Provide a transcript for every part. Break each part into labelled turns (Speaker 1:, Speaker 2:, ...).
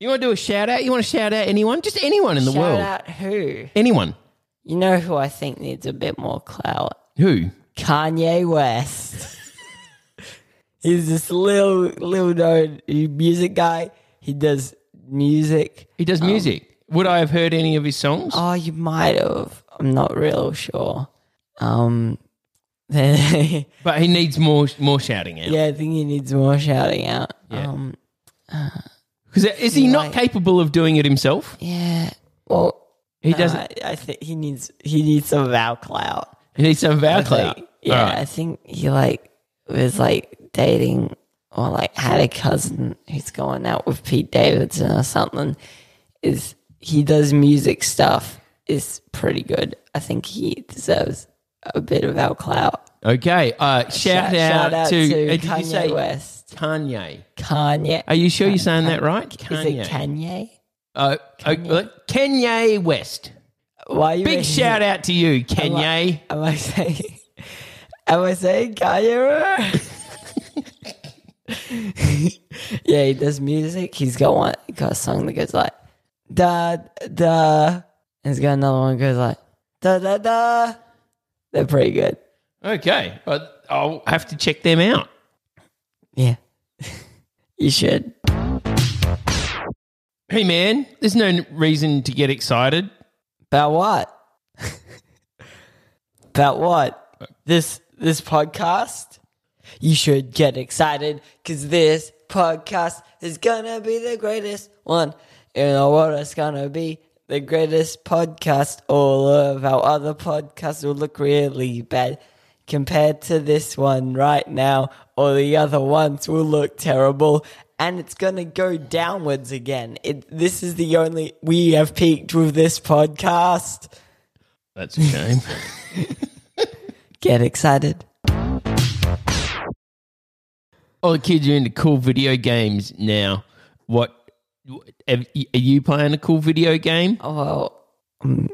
Speaker 1: You want to do a shout out? You want to shout out anyone? Just anyone in the
Speaker 2: Shout
Speaker 1: world.
Speaker 2: out who?
Speaker 1: Anyone.
Speaker 2: You know who I think needs a bit more clout?
Speaker 1: Who?
Speaker 2: Kanye West. He's this little little known music guy. He does music.
Speaker 1: He does music. Would I have heard any of his songs?
Speaker 2: Um, Oh, you might have. I'm not real sure. Um, then
Speaker 1: but he needs more more shouting out.
Speaker 2: yeah, I think he needs more shouting out.
Speaker 1: Yeah.
Speaker 2: Um,
Speaker 1: Because is he not capable of doing it himself?
Speaker 2: yeah. Well,
Speaker 1: He
Speaker 2: no,
Speaker 1: doesn't.
Speaker 2: I, I think he needs he needs some of our clout.
Speaker 1: He needs some
Speaker 2: I
Speaker 1: vow
Speaker 2: think-
Speaker 1: clout.
Speaker 2: Yeah,
Speaker 1: All
Speaker 2: I
Speaker 1: right.
Speaker 2: think he like was like dating or like had a cousin who's going out with Pete Davidson or something. Is he does music stuff is pretty good. I think he deserves a bit of our clout.
Speaker 1: Okay. Uh, shout, out to, uh, did
Speaker 2: Kanye
Speaker 1: you say
Speaker 2: West.
Speaker 1: Kanye.
Speaker 2: Kanye.
Speaker 1: Are you sure you're saying that right?
Speaker 2: Is
Speaker 1: Kanye.
Speaker 2: it Kanye?
Speaker 1: Uh, Kanye. Kanye West.
Speaker 2: Why are you
Speaker 1: Big
Speaker 2: making-
Speaker 1: shout out to you,
Speaker 2: Am I-
Speaker 1: Kanye.
Speaker 2: Am I saying? Am I saying Kanye? West? yeah, he does music. He's got one. Got a song that goes like da da. And he's got another one that goes like da da da. They're pretty good.
Speaker 1: Okay. Uh, I'll have to check them out.
Speaker 2: Yeah, you should.
Speaker 1: Hey, man, there's no n- reason to get excited.
Speaker 2: About what? About what? This this podcast? You should get excited because this podcast is gonna be the greatest one in the world. It's gonna be the greatest podcast. All of our other podcasts will look really bad compared to this one right now. All the other ones will look terrible, and it's gonna go downwards again. It, this is the only we have peaked with this podcast.
Speaker 1: That's a shame.
Speaker 2: Get excited.
Speaker 1: All the kids are Oh, into cool video games now. What what- have y- are you playing a cool video game?
Speaker 2: Oh, well, um,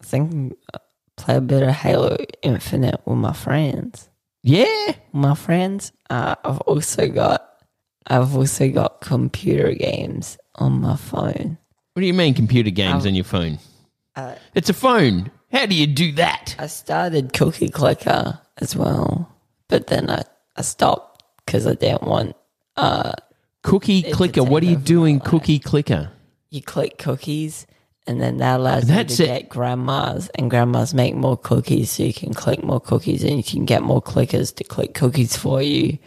Speaker 2: I think I play a bit of Halo Infinite with my friends.
Speaker 1: Yeah.
Speaker 2: My friends. Uh, I've also got, I've also got computer games on my phone.
Speaker 1: What do you mean computer games on your phone?
Speaker 2: Oh. uh,
Speaker 1: it's a phone. How do you do that?
Speaker 2: I started Cookie Clicker as well, but then I, I stopped because I didn't want. Uh,
Speaker 1: Cookie
Speaker 2: a
Speaker 1: clicker. What are you
Speaker 2: takeover,
Speaker 1: doing,
Speaker 2: like-
Speaker 1: cookie clicker?
Speaker 2: you click cookies, and then that allows
Speaker 1: That's
Speaker 2: you
Speaker 1: it.
Speaker 2: to get grandmas, and grandmas make more cookies, so you can click more cookies, and you can get more clickers to click cookies for you,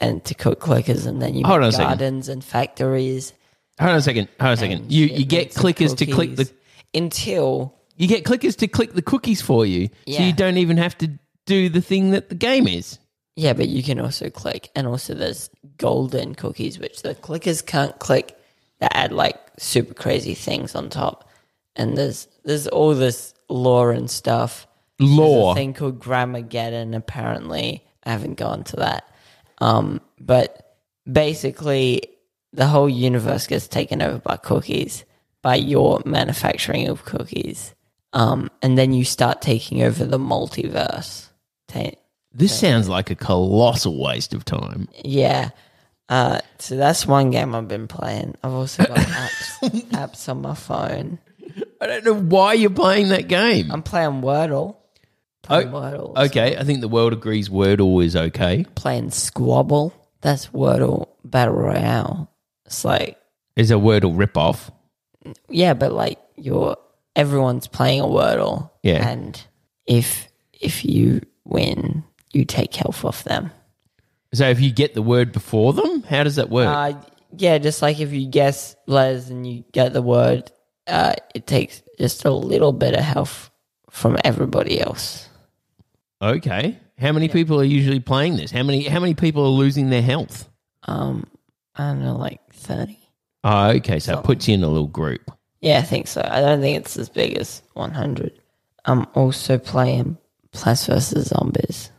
Speaker 2: and to cook clickers, and then you
Speaker 1: Hold on a
Speaker 2: make
Speaker 1: second.
Speaker 2: gardens and factories.
Speaker 1: Hold on a second. Hold on a second.
Speaker 2: and
Speaker 1: You
Speaker 2: shit
Speaker 1: you get
Speaker 2: Um, makes of
Speaker 1: clickers to click the
Speaker 2: cookies until
Speaker 1: you get clickers to click the cookies for you, so
Speaker 2: Yeah.
Speaker 1: you don't even have to do the thing that the game is.
Speaker 2: Yeah, but you can also click, and also there's golden cookies, which the clickers can't click. That add like super crazy things on top, and there's there's all this lore and stuff. There's
Speaker 1: Law.
Speaker 2: a thing called Grammageddon. Apparently, I haven't gone to that. Um, but basically, the whole universe gets taken over by cookies, by your manufacturing of cookies, um, and then you start taking over the multiverse. Ta-
Speaker 1: This sounds like a colossal waste of time.
Speaker 2: yeah. Uh, so that's one game I've been playing. I've also got apps, apps on my phone.
Speaker 1: I don't know why you're playing that game.
Speaker 2: I'm playing Wordle. Playing Wordle.
Speaker 1: Oh, okay, I think the world agrees Wordle is okay.
Speaker 2: Playing Squabble. That's Wordle Battle Royale. It's like
Speaker 1: Is a Wordle ripoff.
Speaker 2: yeah, but like you're everyone's playing a Wordle.
Speaker 1: Yeah.
Speaker 2: And if if you win, you take health off them.
Speaker 1: So if you get the word before them, how does that work?
Speaker 2: Uh, yeah, just like if you guess letters and you get the word, uh, it takes just a little bit of health from everybody else.
Speaker 1: okay. How many people are usually playing this? How many how many people are losing their health?
Speaker 2: Um, I don't know, like thirty.
Speaker 1: Oh, okay. So it puts you in a little group.
Speaker 2: Yeah, I think so. I don't think it's as big as one hundred. I'm also playing Plants vs Zombies.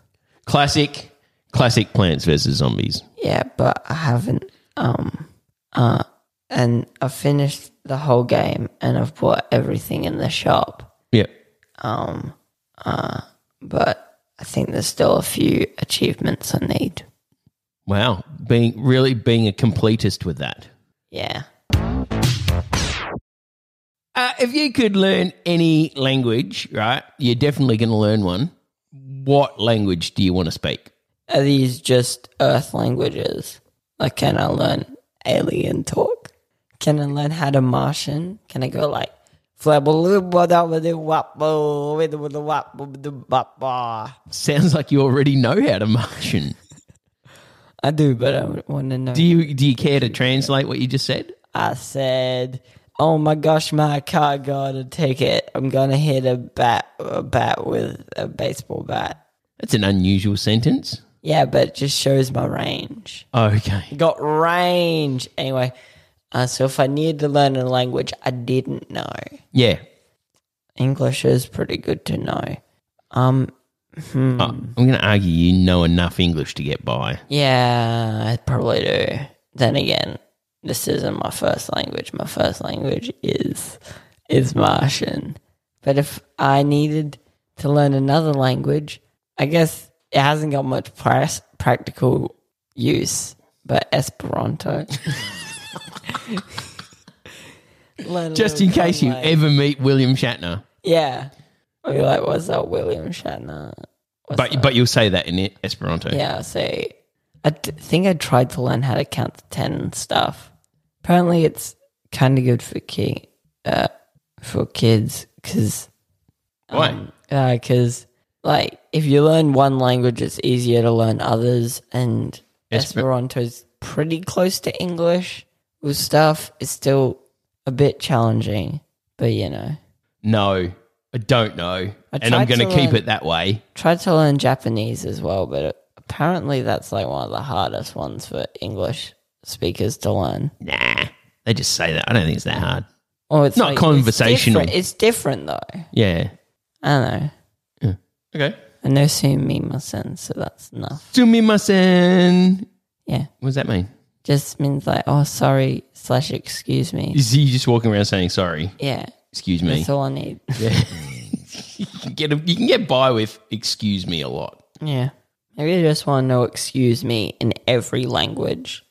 Speaker 1: Classic classic Plants vs Zombies.
Speaker 2: Yeah, but I haven't. Um, uh, and I finished the whole game, and I've bought everything in the shop.
Speaker 1: Yep.
Speaker 2: Um, uh, but I think there's still a few achievements I need.
Speaker 1: Wow. Being really being a completist with that.
Speaker 2: Yeah.
Speaker 1: Uh, if you could learn any language, right? You're definitely going to learn one. What language do you want to speak?
Speaker 2: Are these just Earth languages? Like, can I learn alien talk? Can I learn how to Martian? Can I go like I
Speaker 1: Sounds like you already know how to Martian.
Speaker 2: do, but I want to know.
Speaker 1: Do you do you care to translate what you just said?
Speaker 2: I said, "Oh my gosh, my car got a ticket. I'm gonna hit a bat, a bat with a baseball bat."
Speaker 1: That's an unusual sentence.
Speaker 2: Yeah, but it just shows my range.
Speaker 1: Okay.
Speaker 2: Got range. Anyway, uh, so if I needed to learn a language I didn't know,
Speaker 1: Yeah.
Speaker 2: English is pretty good to know. Um,
Speaker 1: I- Uh, I'm going to argue you know enough English to get by.
Speaker 2: yeah, I probably do. Then again, this isn't my first language. My first language is is Martian. But if I needed to learn another language, I guess it hasn't got much price, practical use. But Esperanto. Learn a
Speaker 1: Just
Speaker 2: little
Speaker 1: in case you
Speaker 2: Congo.
Speaker 1: ever meet William Shatner.
Speaker 2: yeah, I'll be like, "What's up, William Shatner?" What's
Speaker 1: But but you'll say that in e-, Esperanto.
Speaker 2: Yeah, so I d- think I tried to learn how to count to 10 and stuff. Apparently, it's kind of good for ki- uh, for kids because
Speaker 1: Why?
Speaker 2: Um, because like if you learn one language, it's easier to learn others, and
Speaker 1: Esper-
Speaker 2: Esperanto's pretty close to English with stuff. It's still a bit challenging, but you know,
Speaker 1: no, I don't know.
Speaker 2: I
Speaker 1: and I'm
Speaker 2: tried
Speaker 1: going to
Speaker 2: to
Speaker 1: keep
Speaker 2: learn-
Speaker 1: it that way.
Speaker 2: tried to learn Japanese as well, but apparently that's like one of the hardest ones for English speakers to learn.
Speaker 1: Nah. They just say that. I don't think it's that hard.
Speaker 2: Or it's
Speaker 1: Not
Speaker 2: like-
Speaker 1: conversational.
Speaker 2: It's different, it's different though.
Speaker 1: Yeah.
Speaker 2: I don't know.
Speaker 1: Okay.
Speaker 2: I know sumimasen, so that's enough.
Speaker 1: Sumimasen.
Speaker 2: Yeah,
Speaker 1: What does that mean?
Speaker 2: just means like oh sorry slash excuse me.
Speaker 1: Is he just walking around saying sorry?
Speaker 2: Yeah,
Speaker 1: Excuse me.
Speaker 2: that's all I need.
Speaker 1: You can get you can get by with excuse me a lot.
Speaker 2: yeah, maybe I just want to know excuse me in every language.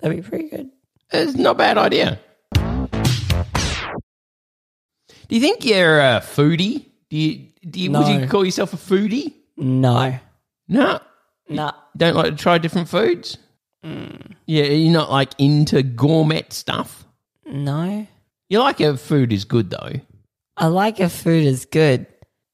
Speaker 2: That'd be pretty good.
Speaker 1: It's not a bad idea. Do you think you're a foodie? Do you, do you would you
Speaker 2: No.
Speaker 1: call yourself a foodie?
Speaker 2: No,
Speaker 1: No.
Speaker 2: no,
Speaker 1: Don't like to try different foods? Yeah, you're not like into gourmet stuff.
Speaker 2: no.
Speaker 1: You like how food is good though.
Speaker 2: I like if food is good,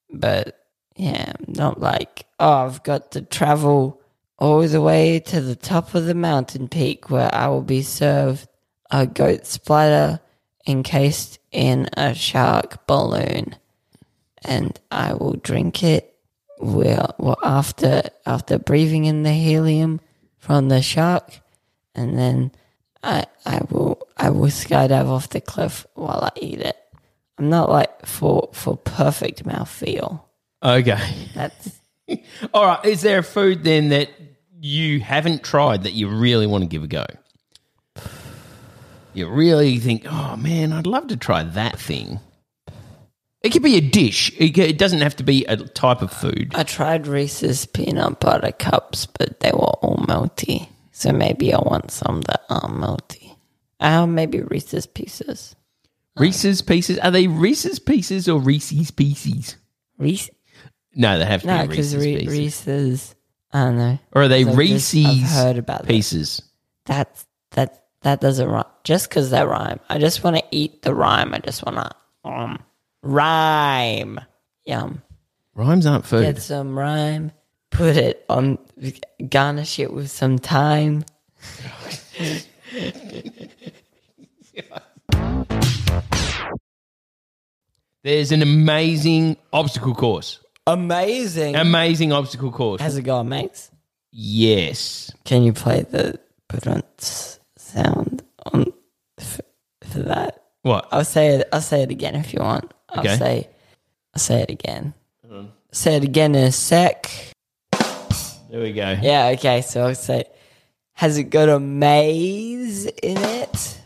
Speaker 2: but yeah, I'm not like, oh, I've got to travel all the way to the top of the mountain peak where I will be served a goat splatter encased in a shark balloon. And I will drink it well, well after after breathing in the helium from the shark and then I I will I will skydive off the cliff while I eat it. I'm not like for for perfect mouthfeel.
Speaker 1: Okay.
Speaker 2: That's
Speaker 1: All right. Is there a food then that you haven't tried that you really want to give a go? You really think, oh man, I'd love to try that thing. It could be a dish. It ca- it doesn't have to be a type of food.
Speaker 2: I tried Reese's peanut butter cups, but they were all melty. So maybe I want some that aren't melty. Uh, maybe Reese's Pieces.
Speaker 1: Reese's Pieces. Are they Reese's Pieces or Reese's Pieces?
Speaker 2: Reese?
Speaker 1: No, they have to
Speaker 2: No,
Speaker 1: be
Speaker 2: because
Speaker 1: Reese's
Speaker 2: Re-
Speaker 1: Pieces.
Speaker 2: Reese's. I don't know.
Speaker 1: or are they
Speaker 2: I've just-
Speaker 1: Reese's
Speaker 2: I've heard about that.
Speaker 1: Pieces?
Speaker 2: That's that. That doesn't rhyme. Just because that rhyme, I just want to eat the rhyme. I just want to um rhyme. Yum.
Speaker 1: Rhymes aren't food.
Speaker 2: Get some rhyme. Put it on. Garnish it with some thyme.
Speaker 1: There's an amazing obstacle course.
Speaker 2: Amazing.
Speaker 1: Amazing obstacle course.
Speaker 2: How's it going, mates?
Speaker 1: yes.
Speaker 2: Can you play the brunt sound on f- for that?
Speaker 1: What?
Speaker 2: I'll say it. I'll say it again if you want. I'll
Speaker 1: Okay.
Speaker 2: say. I'll say it again. Say it again in a sec.
Speaker 1: There we go.
Speaker 2: Yeah. Okay. So I'll say. Has it got a maze in it?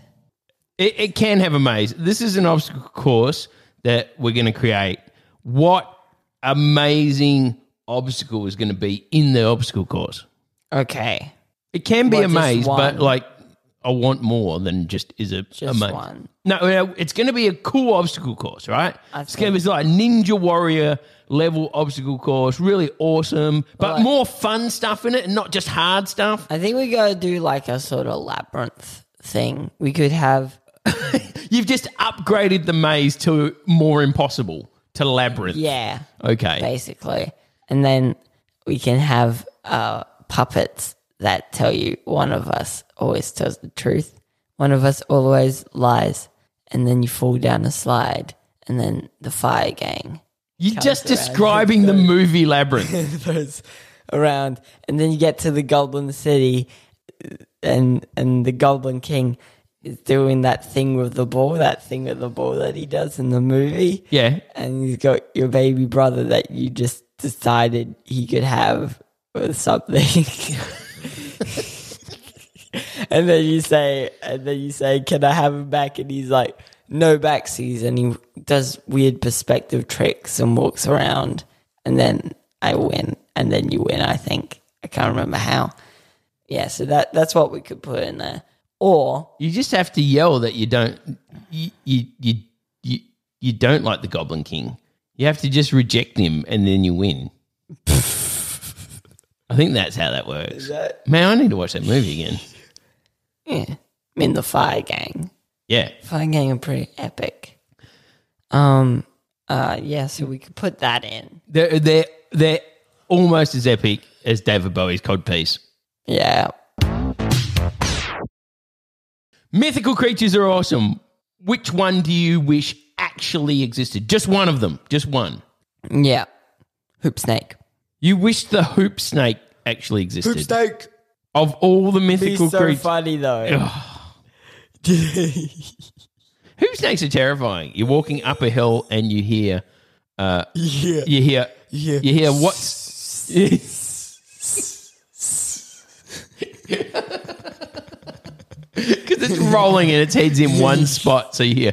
Speaker 1: It, it can have a maze. This is an obstacle course that we're going to create. What amazing obstacle is going to be in the obstacle course?
Speaker 2: Okay.
Speaker 1: It can be
Speaker 2: Well,
Speaker 1: a
Speaker 2: just
Speaker 1: maze, but
Speaker 2: one.
Speaker 1: like I want more than just is a, a
Speaker 2: Just
Speaker 1: maze.
Speaker 2: one.
Speaker 1: No, no, it's going to be a cool obstacle course, right?
Speaker 2: I
Speaker 1: it's going to be like Ninja Warrior level obstacle course, really awesome, but
Speaker 2: Like-
Speaker 1: more fun stuff in it and not just hard stuff.
Speaker 2: I think we gotta do like a sort of labyrinth thing. We could have.
Speaker 1: You've just upgraded the maze to more impossible, to labyrinth.
Speaker 2: Yeah.
Speaker 1: Okay.
Speaker 2: basically. And then we can have uh, puppets that tell you one of us always tells the truth, one of us always lies, and then you fall down a slide, and then the fire gang
Speaker 1: You're just
Speaker 2: around.
Speaker 1: describing the movie Labyrinth.
Speaker 2: goes around, and then you get to the Goblin City, and and the Goblin King is doing that thing with the ball, that thing with the ball that he does in the movie.
Speaker 1: Yeah.
Speaker 2: and he's got your baby brother that you just decided he could have or something. and then you say, and then you say, "Can I have him back?" And he's like, "No backsies," and he does weird perspective tricks and walks around. And then I win, and then you win. I think I can't remember how. Yeah, so that that's what we could put in there. Or
Speaker 1: You just have to yell that you don't you you you you, you don't like the Goblin King. You have to just reject him and then you win. I think that's how that works.
Speaker 2: that-
Speaker 1: Man, I need to watch that movie again.
Speaker 2: yeah, I mean the fire gang.
Speaker 1: Yeah.
Speaker 2: Fine Gang are pretty epic. Um, uh, yeah, so we could put that in.
Speaker 1: They're they're they're almost as epic as David Bowie's Cod Piece.
Speaker 2: Yeah.
Speaker 1: Mythical creatures are awesome. Which one do you wish actually existed? Just one of them. Just one.
Speaker 2: Yeah. Hoop Snake.
Speaker 1: You wish the hoop snake actually existed.
Speaker 2: Snake!
Speaker 1: Of all the
Speaker 2: He's
Speaker 1: mythical
Speaker 2: so
Speaker 1: creatures,
Speaker 2: funny though.
Speaker 1: hoop snakes are terrifying. You're walking up a hill and you hear, uh,
Speaker 2: yeah.
Speaker 1: you hear,
Speaker 2: Yeah.
Speaker 1: you hear what? Because it's rolling and its head's in one spot, so you hear,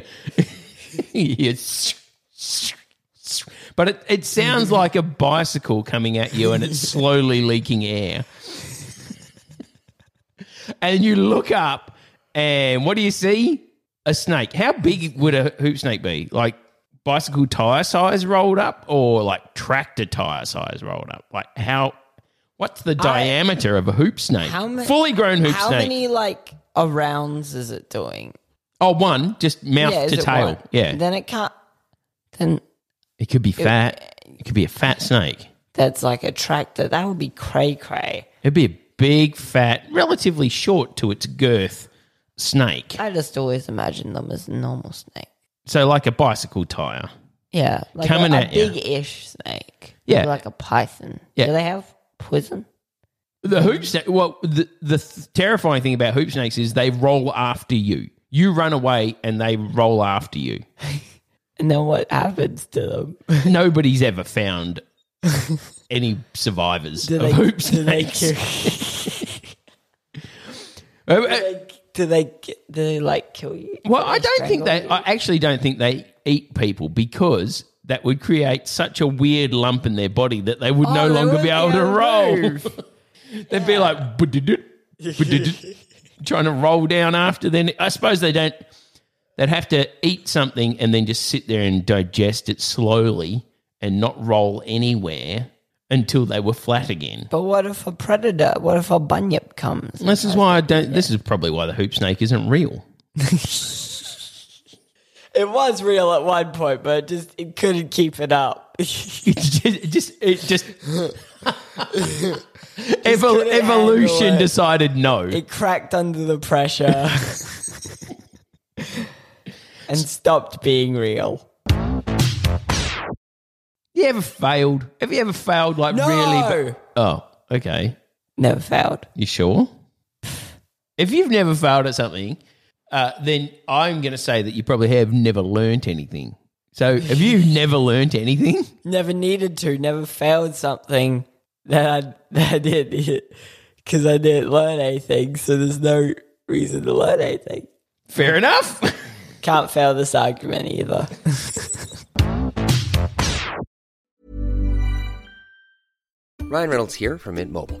Speaker 1: you hear. But it, it sounds like a bicycle coming at you and it's slowly leaking air. and you look up and what do you see? A snake. How big would a hoop snake be? Like bicycle tire size rolled up or like tractor tire size rolled up? Like how what's the diameter of a hoop snake?
Speaker 2: How ma-
Speaker 1: Fully grown hoop
Speaker 2: How
Speaker 1: snake.
Speaker 2: many, like, uh, rounds is it doing?
Speaker 1: Oh, one, just mouth
Speaker 2: is
Speaker 1: to
Speaker 2: it
Speaker 1: tail.
Speaker 2: one?
Speaker 1: Yeah.
Speaker 2: Then it can't. Then
Speaker 1: it could be fat. It could be a fat snake.
Speaker 2: that's like a tractor. That would be cray cray.
Speaker 1: It'd be a big, fat, relatively short to its girth snake.
Speaker 2: I just always imagine them as a normal snake.
Speaker 1: So, like a bicycle tire.
Speaker 2: Yeah. Like
Speaker 1: Coming
Speaker 2: a, a
Speaker 1: at ya.
Speaker 2: big ish snake.
Speaker 1: Yeah.
Speaker 2: Like a python.
Speaker 1: Yeah.
Speaker 2: Do they have poison?
Speaker 1: The hoop snake. Well, the the th- terrifying thing about hoop snakes is they roll after you. You run away and they roll after you.
Speaker 2: And then what happens to them?
Speaker 1: Nobody's ever found any survivors
Speaker 2: Do
Speaker 1: of
Speaker 2: they,
Speaker 1: hoop
Speaker 2: do they
Speaker 1: snakes.
Speaker 2: kill-
Speaker 1: Uh, uh,
Speaker 2: like, do they ki- do they like kill you?
Speaker 1: Well,
Speaker 2: Do
Speaker 1: I don't think
Speaker 2: strangle
Speaker 1: they.
Speaker 2: you?
Speaker 1: I actually don't think they eat people because that would create such a weird lump in their body that they would
Speaker 2: Oh,
Speaker 1: no
Speaker 2: they
Speaker 1: longer be
Speaker 2: wouldn't
Speaker 1: able to
Speaker 2: be able to
Speaker 1: roll.
Speaker 2: move.
Speaker 1: They'd be like, "Budidu, trying to roll down after then. I suppose they don't. They'd have to eat something and then just sit there and digest it slowly and not roll anywhere until they were flat again.
Speaker 2: But what if a predator? What if a bunyip comes?
Speaker 1: This is why I don't. This is probably why the hoop snake isn't real.
Speaker 2: It was real at one point, but it just it couldn't keep it up.
Speaker 1: It's just, it just, it just, Evol-
Speaker 2: couldn't handle
Speaker 1: evolution
Speaker 2: it.
Speaker 1: decided no.
Speaker 2: It cracked under the pressure and stopped being real.
Speaker 1: you ever failed? Have you ever failed like
Speaker 2: No!
Speaker 1: really? Oh, okay.
Speaker 2: Never failed.
Speaker 1: You sure? If you've never failed at something, uh, then I'm going to say that you probably have never learnt anything. So, have you never learnt anything?
Speaker 2: Never needed to. Never failed something that I, that I did because I didn't learn anything. So there's no reason to learn anything.
Speaker 1: Fair enough.
Speaker 2: Can't fail this argument either.
Speaker 3: Ryan Reynolds here from Mint Mobile.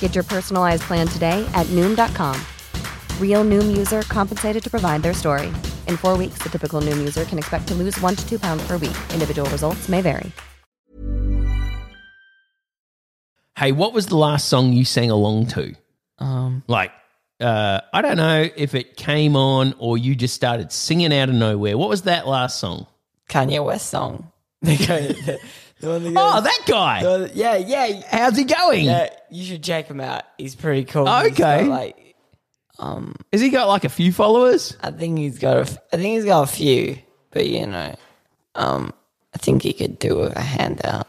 Speaker 4: Get your personalized plan today at Noom.com. Real Noom user compensated to provide their story. In four weeks, the typical Noom user can expect to lose one to two pounds per week. Individual results may vary.
Speaker 1: hey, what was the last song you sang along to?
Speaker 2: Um,
Speaker 1: Like, uh, I don't know if it came on or you just started singing out of nowhere. What was that last song?
Speaker 2: Kanye West song. The guy- the one that
Speaker 1: Oh,
Speaker 2: goes-
Speaker 1: that guy.
Speaker 2: the- yeah, yeah.
Speaker 1: How's he going?
Speaker 2: Yeah, you should check him out. He's pretty cool. He's
Speaker 1: Okay.
Speaker 2: got, like,
Speaker 1: Has he got like a few followers?
Speaker 2: I think he's got a, f- I think he's got a few, but you know, um, I think he could do with a handout.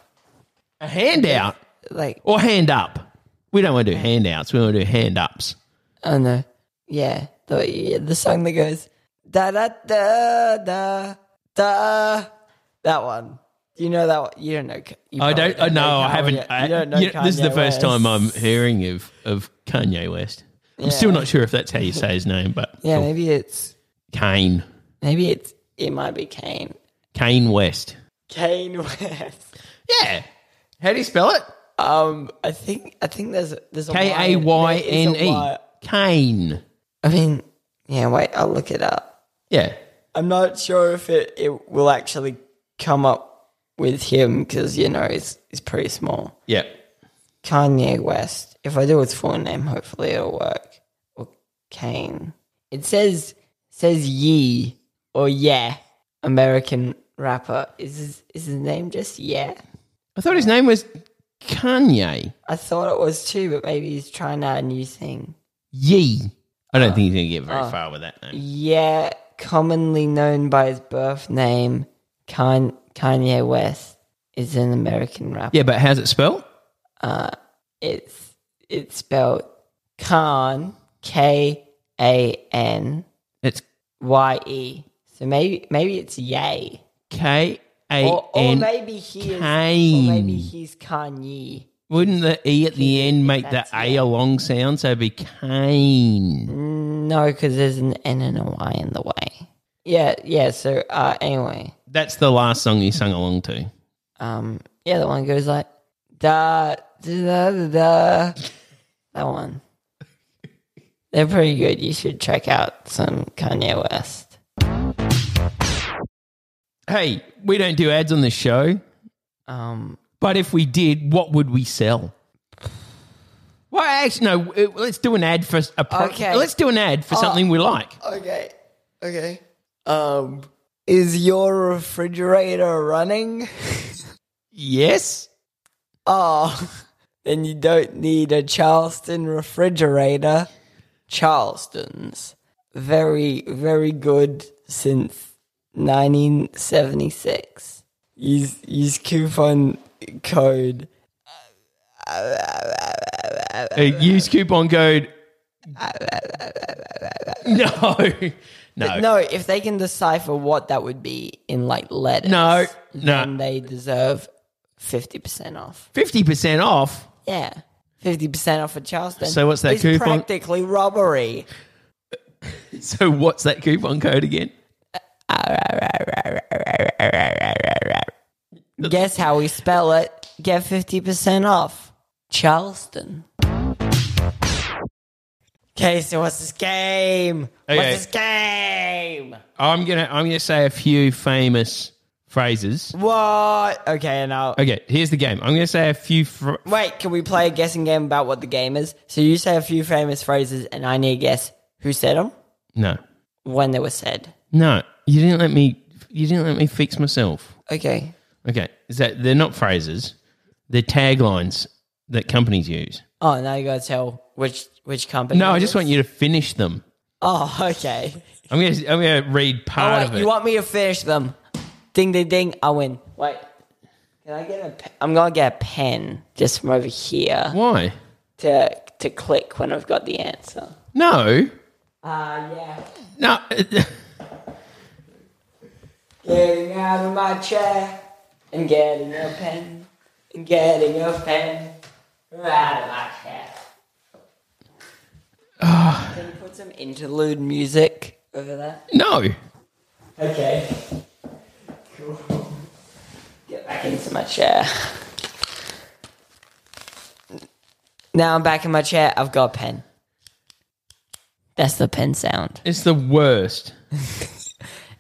Speaker 1: A handout
Speaker 2: Like,
Speaker 1: or hand up? We don't want to do handouts. We want to do hand ups.
Speaker 2: oh no, yeah, the yeah, the song that goes da da da da da, that one. Do You know that one? You don't know. Ka- you
Speaker 1: I
Speaker 2: probably
Speaker 1: don't. uh,
Speaker 2: know
Speaker 1: no, I
Speaker 2: Kanye.
Speaker 1: haven't. I-
Speaker 2: you don't know.
Speaker 1: you know, this is the
Speaker 2: Kanye
Speaker 1: first time I'm
Speaker 2: West.
Speaker 1: hearing of of Kanye West. I'm still not sure if that's how you say his name, but
Speaker 2: Yeah, maybe it's
Speaker 1: Kane,
Speaker 2: maybe it's it might be Kane.
Speaker 1: Kane West.
Speaker 2: Kane West.
Speaker 1: Yeah. How do you spell it?
Speaker 2: Um, I think I think there's there's a Y-
Speaker 1: K A Y N
Speaker 2: there is a
Speaker 1: E.
Speaker 2: Y.
Speaker 1: Kane.
Speaker 2: I mean, yeah. Wait, I'll look it up.
Speaker 1: Yeah.
Speaker 2: I'm not sure if it, it will actually come up with him because you know it's it's pretty small.
Speaker 1: Yeah.
Speaker 2: Kanye West. If I do his full name, hopefully it'll work. Or Kane. It says says Ye or Yeah, American rapper. Is his, is his name just Yeah?
Speaker 1: I thought his name was Kanye.
Speaker 2: I thought it was too, but maybe he's trying out a new thing.
Speaker 1: Yee. I don't think he's going to get very
Speaker 2: Ah.
Speaker 1: far with that name.
Speaker 2: Yeah, commonly known by his birth name, Kan- Kanye West is an American rapper.
Speaker 1: Yeah, but how's it spelled?
Speaker 2: It's it's spelled Khan K A N
Speaker 1: It's
Speaker 2: Y E. So maybe maybe it's Yay.
Speaker 1: K A
Speaker 2: Or, or
Speaker 1: N.
Speaker 2: maybe he is
Speaker 1: Kane.
Speaker 2: or maybe he's Kanye.
Speaker 1: Wouldn't the E at the end make the
Speaker 2: That's
Speaker 1: A a long sound? So it'd be Kane.
Speaker 2: No, because there's an N and a Y in the way. Yeah, yeah, so uh anyway.
Speaker 1: That's the last song he sung along to.
Speaker 2: Um, yeah, the one goes like da da da da. da. That one. They're pretty good. You should check out some Kanye West.
Speaker 1: Hey, we don't do ads on the show,
Speaker 2: Um,
Speaker 1: but if we did, what would we sell? Well, actually, no. uh, Let's do an ad for a pro-
Speaker 2: Okay. Oh.
Speaker 1: Let's do an ad for something we like.
Speaker 2: okay, okay. Um, is your refrigerator running?
Speaker 1: Yes.
Speaker 2: Oh, then you don't need a Charleston refrigerator. Charleston's very, very good since 1976. Use use coupon code.
Speaker 1: Uh, use coupon code. No, no,
Speaker 2: No, if they can decipher what that would be in like letters,
Speaker 1: No, no.
Speaker 2: then they deserve fifty percent off.
Speaker 1: fifty percent off.
Speaker 2: Yeah, fifty percent off for Charleston.
Speaker 1: So what's that
Speaker 2: It's
Speaker 1: coupon-
Speaker 2: Practically robbery.
Speaker 1: So what's that coupon code again?
Speaker 2: Guess how we spell it. Get 50% off. Charleston. Okay, so what's this game?
Speaker 1: Okay.
Speaker 2: What's this game?
Speaker 1: I'm gonna I'm gonna say a few famous phrases.
Speaker 2: What? Okay, and I'll.
Speaker 1: Okay, here's the game. I'm gonna say a few. Fr-
Speaker 2: Wait, can we play a guessing game about what the game is? So you say a few famous phrases, and I need to guess who said them,
Speaker 1: no,
Speaker 2: when they were said.
Speaker 1: no, you didn't let me. You didn't let me fix myself.
Speaker 2: Okay.
Speaker 1: Okay, is that they're not phrases? They're taglines that companies use.
Speaker 2: Oh, now you gotta tell which which company.
Speaker 1: No,
Speaker 2: it
Speaker 1: I just
Speaker 2: is.
Speaker 1: want you to finish them.
Speaker 2: Oh, okay.
Speaker 1: I'm gonna I'm gonna read
Speaker 2: Oh,
Speaker 1: part
Speaker 2: wait,
Speaker 1: of it.
Speaker 2: You want me to finish them? Ding, ding, ding. I win. Wait. Can I get a pe- I'm going to get a pen just from over here
Speaker 1: Why?
Speaker 2: to, to click when I've got the answer.
Speaker 1: No,
Speaker 2: Ah, yeah.
Speaker 1: no.
Speaker 2: Getting out of my chair and getting a pen and getting a pen out of my chair.
Speaker 1: Ah.
Speaker 2: Can you put some interlude music over that?
Speaker 1: No.
Speaker 2: Okay. Cool. Get back into my chair. Now I'm back in my chair. I've got a pen. That's the pen sound.
Speaker 1: It's the worst.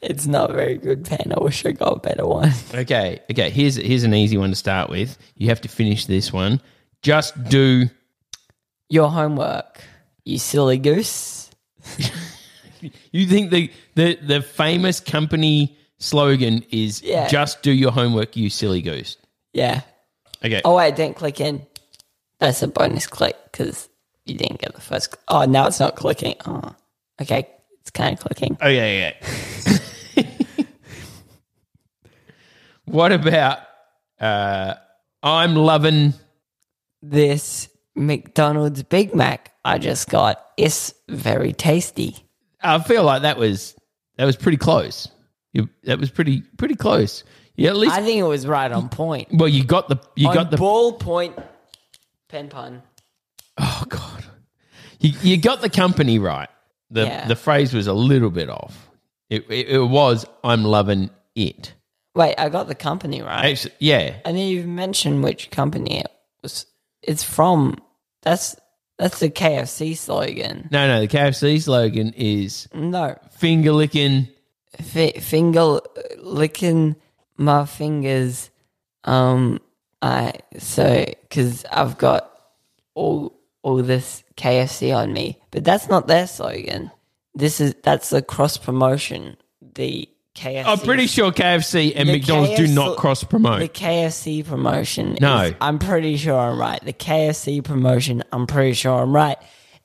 Speaker 2: It's not a very good pen. I wish I got a better one.
Speaker 1: Okay, okay. Here's here's an easy one to start with. You have to finish this one. Just do.
Speaker 2: Your homework, you silly goose.
Speaker 1: You think the the the famous company slogan is
Speaker 2: Yeah.
Speaker 1: "Just do your homework, you silly goose."
Speaker 2: Yeah.
Speaker 1: Okay.
Speaker 2: Oh, wait, I didn't click in. That's a bonus click because you didn't get the first. Cl- oh, now it's not clicking. Oh, okay. It's kind of clicking.
Speaker 1: Oh yeah, yeah. what about? Uh, I'm loving.
Speaker 2: this McDonald's Big Mac I just got is very tasty.
Speaker 1: I feel like that was that was pretty close. You, that was pretty pretty close. Yeah, at least.
Speaker 2: I think it was right on point.
Speaker 1: well, you got the you
Speaker 2: on
Speaker 1: got the
Speaker 2: ballpoint pen pun.
Speaker 1: Oh God, you, you got the company right. The
Speaker 2: Yeah.
Speaker 1: the phrase was a little bit off. It it, it was I'm loving it.
Speaker 2: Wait, I got the company right.
Speaker 1: Actually, yeah,
Speaker 2: I didn't even mention which company it was. It's from. That's that's the KFC slogan.
Speaker 1: no, no. The KFC slogan is
Speaker 2: No,
Speaker 1: finger licking.
Speaker 2: F- finger uh, licking my fingers. Um, I so because I've got all all this KFC on me, but that's not their slogan. This is that's a cross promotion. The KFC.
Speaker 1: I'm Oh, pretty sure KFC and
Speaker 2: The
Speaker 1: McDonald's do
Speaker 2: KFC
Speaker 1: not cross
Speaker 2: The
Speaker 1: promote.
Speaker 2: KFC promotion.
Speaker 1: No.
Speaker 2: is- I'm pretty sure I'm right. The KFC promotion. I'm pretty sure I'm right.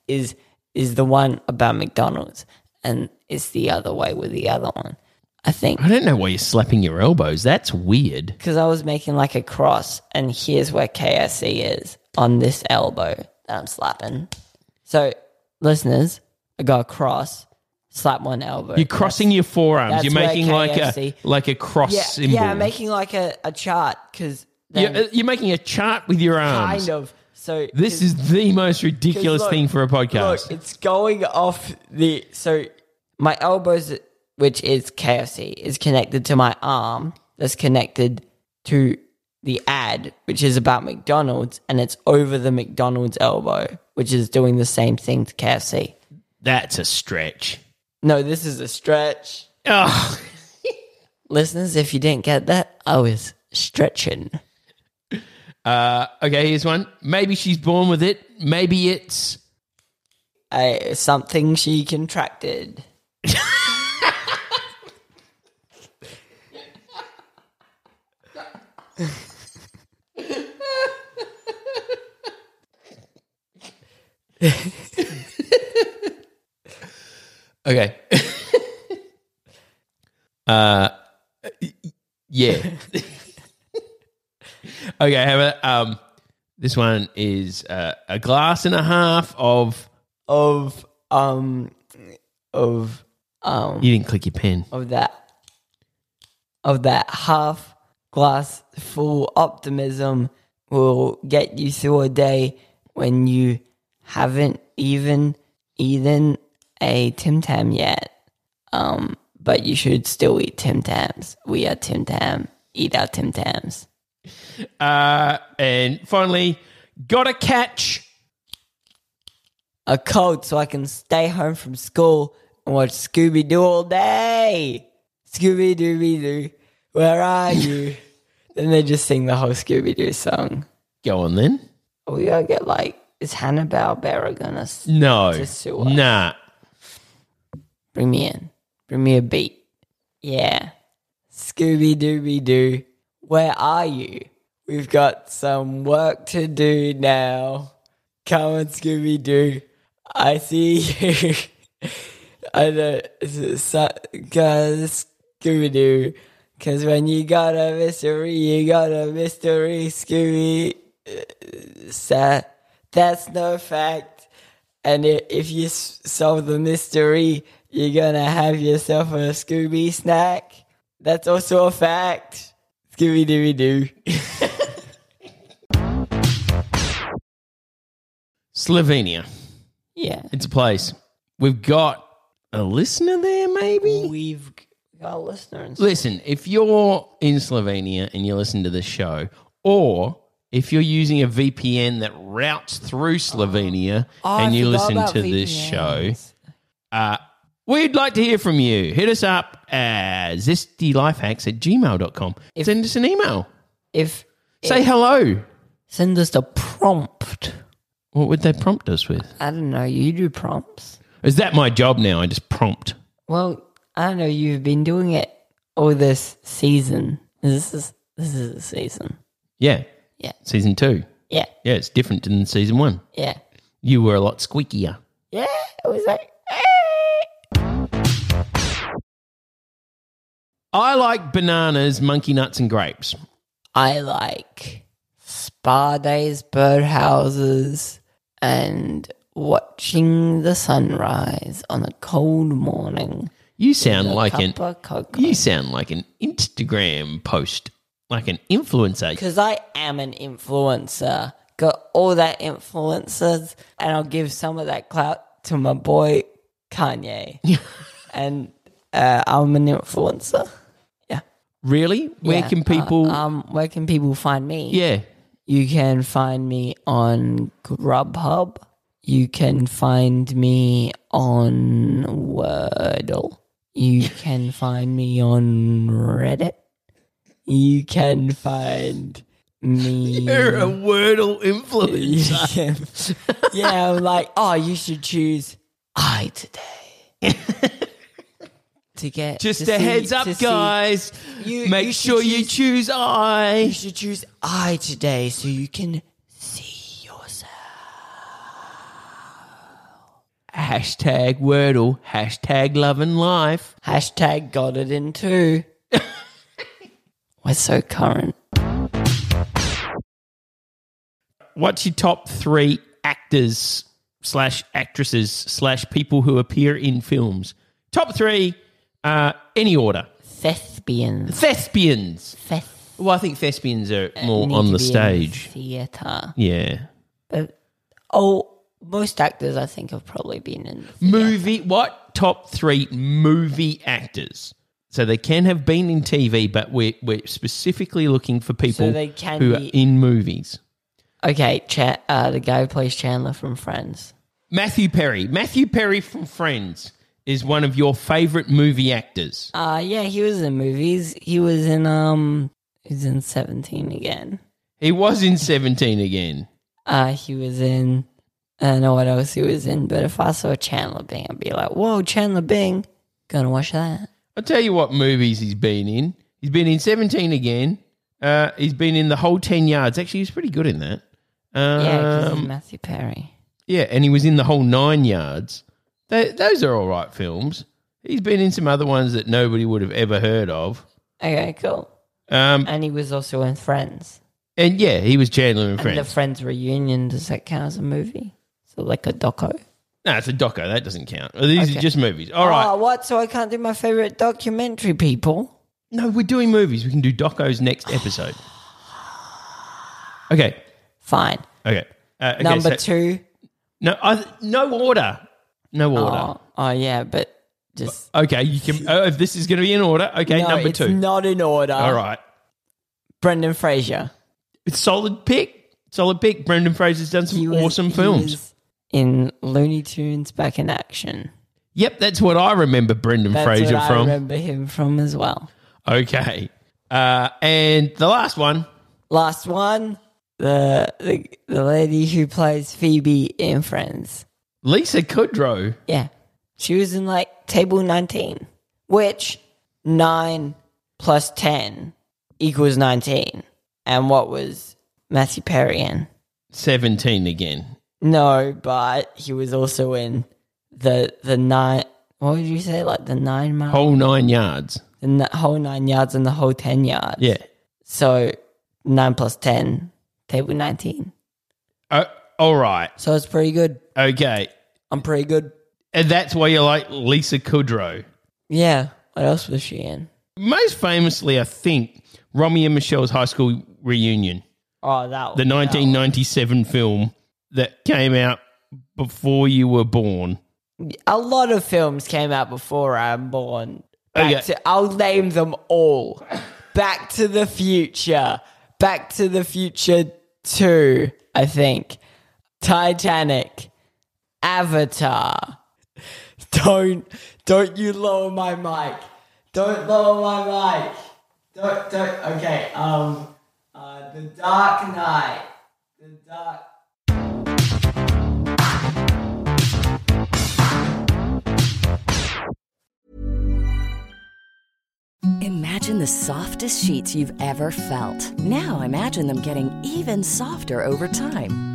Speaker 2: Is is the one about McDonald's, and it's the other way with the other one. I think
Speaker 1: I don't know why you're slapping your elbows. That's weird.
Speaker 2: because I was making like a cross, and here's where KFC is on this elbow that I'm slapping. So, listeners, I got a cross, slap one elbow.
Speaker 1: You're crossing your forearms.
Speaker 2: that's
Speaker 1: You're
Speaker 2: where
Speaker 1: making like a
Speaker 2: KFC
Speaker 1: like a cross
Speaker 2: yeah,
Speaker 1: symbol.
Speaker 2: Yeah, making like a, a chart because
Speaker 1: you're, uh, you're making a chart with your arms.
Speaker 2: kind of. So
Speaker 1: This
Speaker 2: 'cause-
Speaker 1: is the most
Speaker 2: 'cause
Speaker 1: ridiculous
Speaker 2: look-
Speaker 1: thing for a podcast.
Speaker 2: Look, it's going off the so my elbows, which is KFC, is connected to my arm. That's connected to the ad, which is about McDonald's, and it's over the McDonald's elbow, which is doing the same thing to KFC.
Speaker 1: That's a stretch.
Speaker 2: No, this is a stretch,
Speaker 1: Oh,
Speaker 2: listeners. If you didn't get that, I was stretching.
Speaker 1: uh, okay, here's one. Maybe she's born with it. Maybe it's
Speaker 2: I, something she contracted.
Speaker 1: okay. uh, yeah. okay, have a um. This one is uh, a glass and a half of.
Speaker 2: of um of um
Speaker 1: You didn't click your pen.
Speaker 2: of that of that half glass full optimism will get you through a day when you haven't even eaten a Tim Tam yet. Um but you should still eat Tim Tams. We are Tim Tam. Eat our Tim Tams.
Speaker 1: Uh, and finally, gotta catch.
Speaker 2: A coat so I can stay home from school and watch Scooby Doo all day. Scooby Dooby Doo, where are you? then they just sing the whole Scooby Doo song.
Speaker 1: Go on then.
Speaker 2: We gotta get like, is Hanna Barbera gonna s-
Speaker 1: No.
Speaker 2: Just sue us.
Speaker 1: Nah.
Speaker 2: bring me in? Bring me a beat. Yeah. Scooby Dooby Doo, where are you? We've got some work to do now. Come on, Scooby Doo. I see you. I don't. Because Scooby Doo. Because when you got a mystery, you got a mystery, Scooby. Uh, sa- That's no fact. And i- if you s- solve the mystery, you're gonna have yourself a Scooby snack. That's also a fact. Scooby Dooby Doo.
Speaker 1: Slovenia.
Speaker 2: Yeah.
Speaker 1: It's a place. We've got a listener there, maybe?
Speaker 2: We've g- got listeners.
Speaker 1: Listen, if you're in Slovenia and you listen to this show, or if you're using a VPN that routes through Slovenia
Speaker 2: Oh,
Speaker 1: and you listen to this show, uh, we'd like to hear from you. Hit us up at zestylifehacks at gmail.com. Send us an email.
Speaker 2: If
Speaker 1: Say hello.
Speaker 2: send us the prompt.
Speaker 1: What would they prompt us with?
Speaker 2: I don't know. You do prompts.
Speaker 1: Is that my job now? I just prompt.
Speaker 2: Well, I don't know. You've been doing it all this season. This is this is the season.
Speaker 1: Yeah.
Speaker 2: Yeah.
Speaker 1: Season two.
Speaker 2: Yeah,
Speaker 1: Yeah, it's different than season one.
Speaker 2: yeah,
Speaker 1: You were a lot squeakier.
Speaker 2: yeah. It was like
Speaker 1: I like bananas, monkey nuts, and grapes.
Speaker 2: I like spa days, birdhouses, and watching the sunrise on a cold morning.
Speaker 1: You sound
Speaker 2: A
Speaker 1: like
Speaker 2: cup
Speaker 1: an
Speaker 2: of cocoa.
Speaker 1: you sound like an Instagram post, like an influencer.
Speaker 2: Because I am an influencer. Got all that influencers, and I'll give some of that clout to my boy Kanye. and uh, I'm an influencer.
Speaker 1: Really? Where
Speaker 2: Yeah.
Speaker 1: can people?
Speaker 2: Uh, um, where can people find me?
Speaker 1: yeah,
Speaker 2: You can find me on Grubhub. You can find me on Wordle. You can find me on Reddit. You can find me.
Speaker 1: you're a Wordle
Speaker 2: You
Speaker 1: influencer.
Speaker 2: can- yeah, I'm like, oh, you should choose I today. to get
Speaker 1: Just
Speaker 2: to
Speaker 1: a
Speaker 2: see-
Speaker 1: heads up,
Speaker 2: to see-
Speaker 1: guys.
Speaker 2: You-
Speaker 1: Make
Speaker 2: you should
Speaker 1: sure you choose
Speaker 2: You
Speaker 1: I.
Speaker 2: should choose I today so you can see yourself.
Speaker 1: hashtag Wordle, hashtag love and life.
Speaker 2: Hashtag got it in two. We're so current.
Speaker 1: What's your top three actors slash actresses slash people who appear in films? Top three, uh, any order.
Speaker 2: Thespians.
Speaker 1: Thespians.
Speaker 2: Thes-
Speaker 1: Well, I think thespians are more
Speaker 2: need
Speaker 1: on
Speaker 2: to
Speaker 1: the
Speaker 2: be in
Speaker 1: stage.
Speaker 2: Theatre.
Speaker 1: Yeah.
Speaker 2: Uh, Oh, most actors I think have probably been in.
Speaker 1: Movie, what? Top three movie actors. So they can have been in TV, but we're, we're specifically looking for people
Speaker 2: they can
Speaker 1: who
Speaker 2: be-
Speaker 1: are in movies.
Speaker 2: Okay, Cha- uh, the guy who plays Chandler from Friends.
Speaker 1: Matthew Perry. Matthew Perry from Friends is one of your favorite movie actors.
Speaker 2: Uh yeah, he was in movies. He was in um, he's in Seventeen again.
Speaker 1: He was in 17 again.
Speaker 2: Uh, he was in. I don't know what else he was in, but if I saw Chandler Bing, I'd be like, "Whoa, Chandler Bing, gonna watch that."
Speaker 1: I'll tell you what movies he's been in. He's been in 17 again. Uh, he's been in the whole 10 yards. Actually, he's pretty good in that.
Speaker 2: Yeah, 'cause he's
Speaker 1: Um,
Speaker 2: Matthew Perry.
Speaker 1: yeah, and he was in the whole nine yards. Tho- those are all right films. He's been in some other ones that nobody would have ever heard of.
Speaker 2: Okay, cool.
Speaker 1: Um,
Speaker 2: And he was also in Friends.
Speaker 1: and yeah, he was Chandler in
Speaker 2: And the
Speaker 1: Friends.
Speaker 2: Friends reunion does that count as a movie? So like a doco.
Speaker 1: no, it's a doco. That doesn't count. These are
Speaker 2: Okay.
Speaker 1: just movies. All right.
Speaker 2: Oh, what? So I can't do my favorite documentary, people.
Speaker 1: No, we're doing movies. We can do docos next episode. Okay.
Speaker 2: Fine.
Speaker 1: Okay. Uh, okay,
Speaker 2: Number
Speaker 1: so-
Speaker 2: two.
Speaker 1: No, I, no order. No order.
Speaker 2: Oh, oh yeah, but just
Speaker 1: Okay, you can. Oh, if this is going to be in order, okay,
Speaker 2: no,
Speaker 1: number
Speaker 2: it's
Speaker 1: two.
Speaker 2: not in order.
Speaker 1: All right,
Speaker 2: Brendan Fraser.
Speaker 1: it's solid pick. Solid pick. Brendan Fraser's done some
Speaker 2: He was-
Speaker 1: awesome
Speaker 2: he
Speaker 1: films.
Speaker 2: was in Looney Tunes Back in Action.
Speaker 1: Yep, that's what I remember Brendan
Speaker 2: That's
Speaker 1: Fraser
Speaker 2: what I
Speaker 1: from.
Speaker 2: remember him from as well.
Speaker 1: Okay, uh, and the last one.
Speaker 2: Last one, the, the the lady who plays Phoebe in Friends.
Speaker 1: Lisa Kudrow.
Speaker 2: Yeah. She was in like table 19, which 9 plus 10 equals 19. And what was Matthew Perry in?
Speaker 1: 17 again.
Speaker 2: No, but he was also in the the nine. What would you say? Like the nine mile,
Speaker 1: Whole nine yards.
Speaker 2: the n- whole nine yards and the whole ten yards.
Speaker 1: Yeah.
Speaker 2: So nine plus ten, table nineteen.
Speaker 1: Uh, all right.
Speaker 2: So it's pretty good.
Speaker 1: Okay.
Speaker 2: I'm pretty good.
Speaker 1: And that's why you like Lisa Kudrow.
Speaker 2: Yeah. What else was she in?
Speaker 1: Most famously, I think, Romy and Michelle's high school reunion,
Speaker 2: Oh, that
Speaker 1: the
Speaker 2: one.
Speaker 1: 1997 film that came out before you were born.
Speaker 2: A lot of films came out before I'm born. Back
Speaker 1: Okay.
Speaker 2: to, I'll name them all. Back to the Future. Back to the Future 2, I think. Titanic. Avatar. Don't don't you lower my mic. Don't lower my mic. Don't don't okay, um uh The Dark Knight. The Dark
Speaker 5: Imagine the softest sheets you've ever felt. Now imagine them getting even softer over time.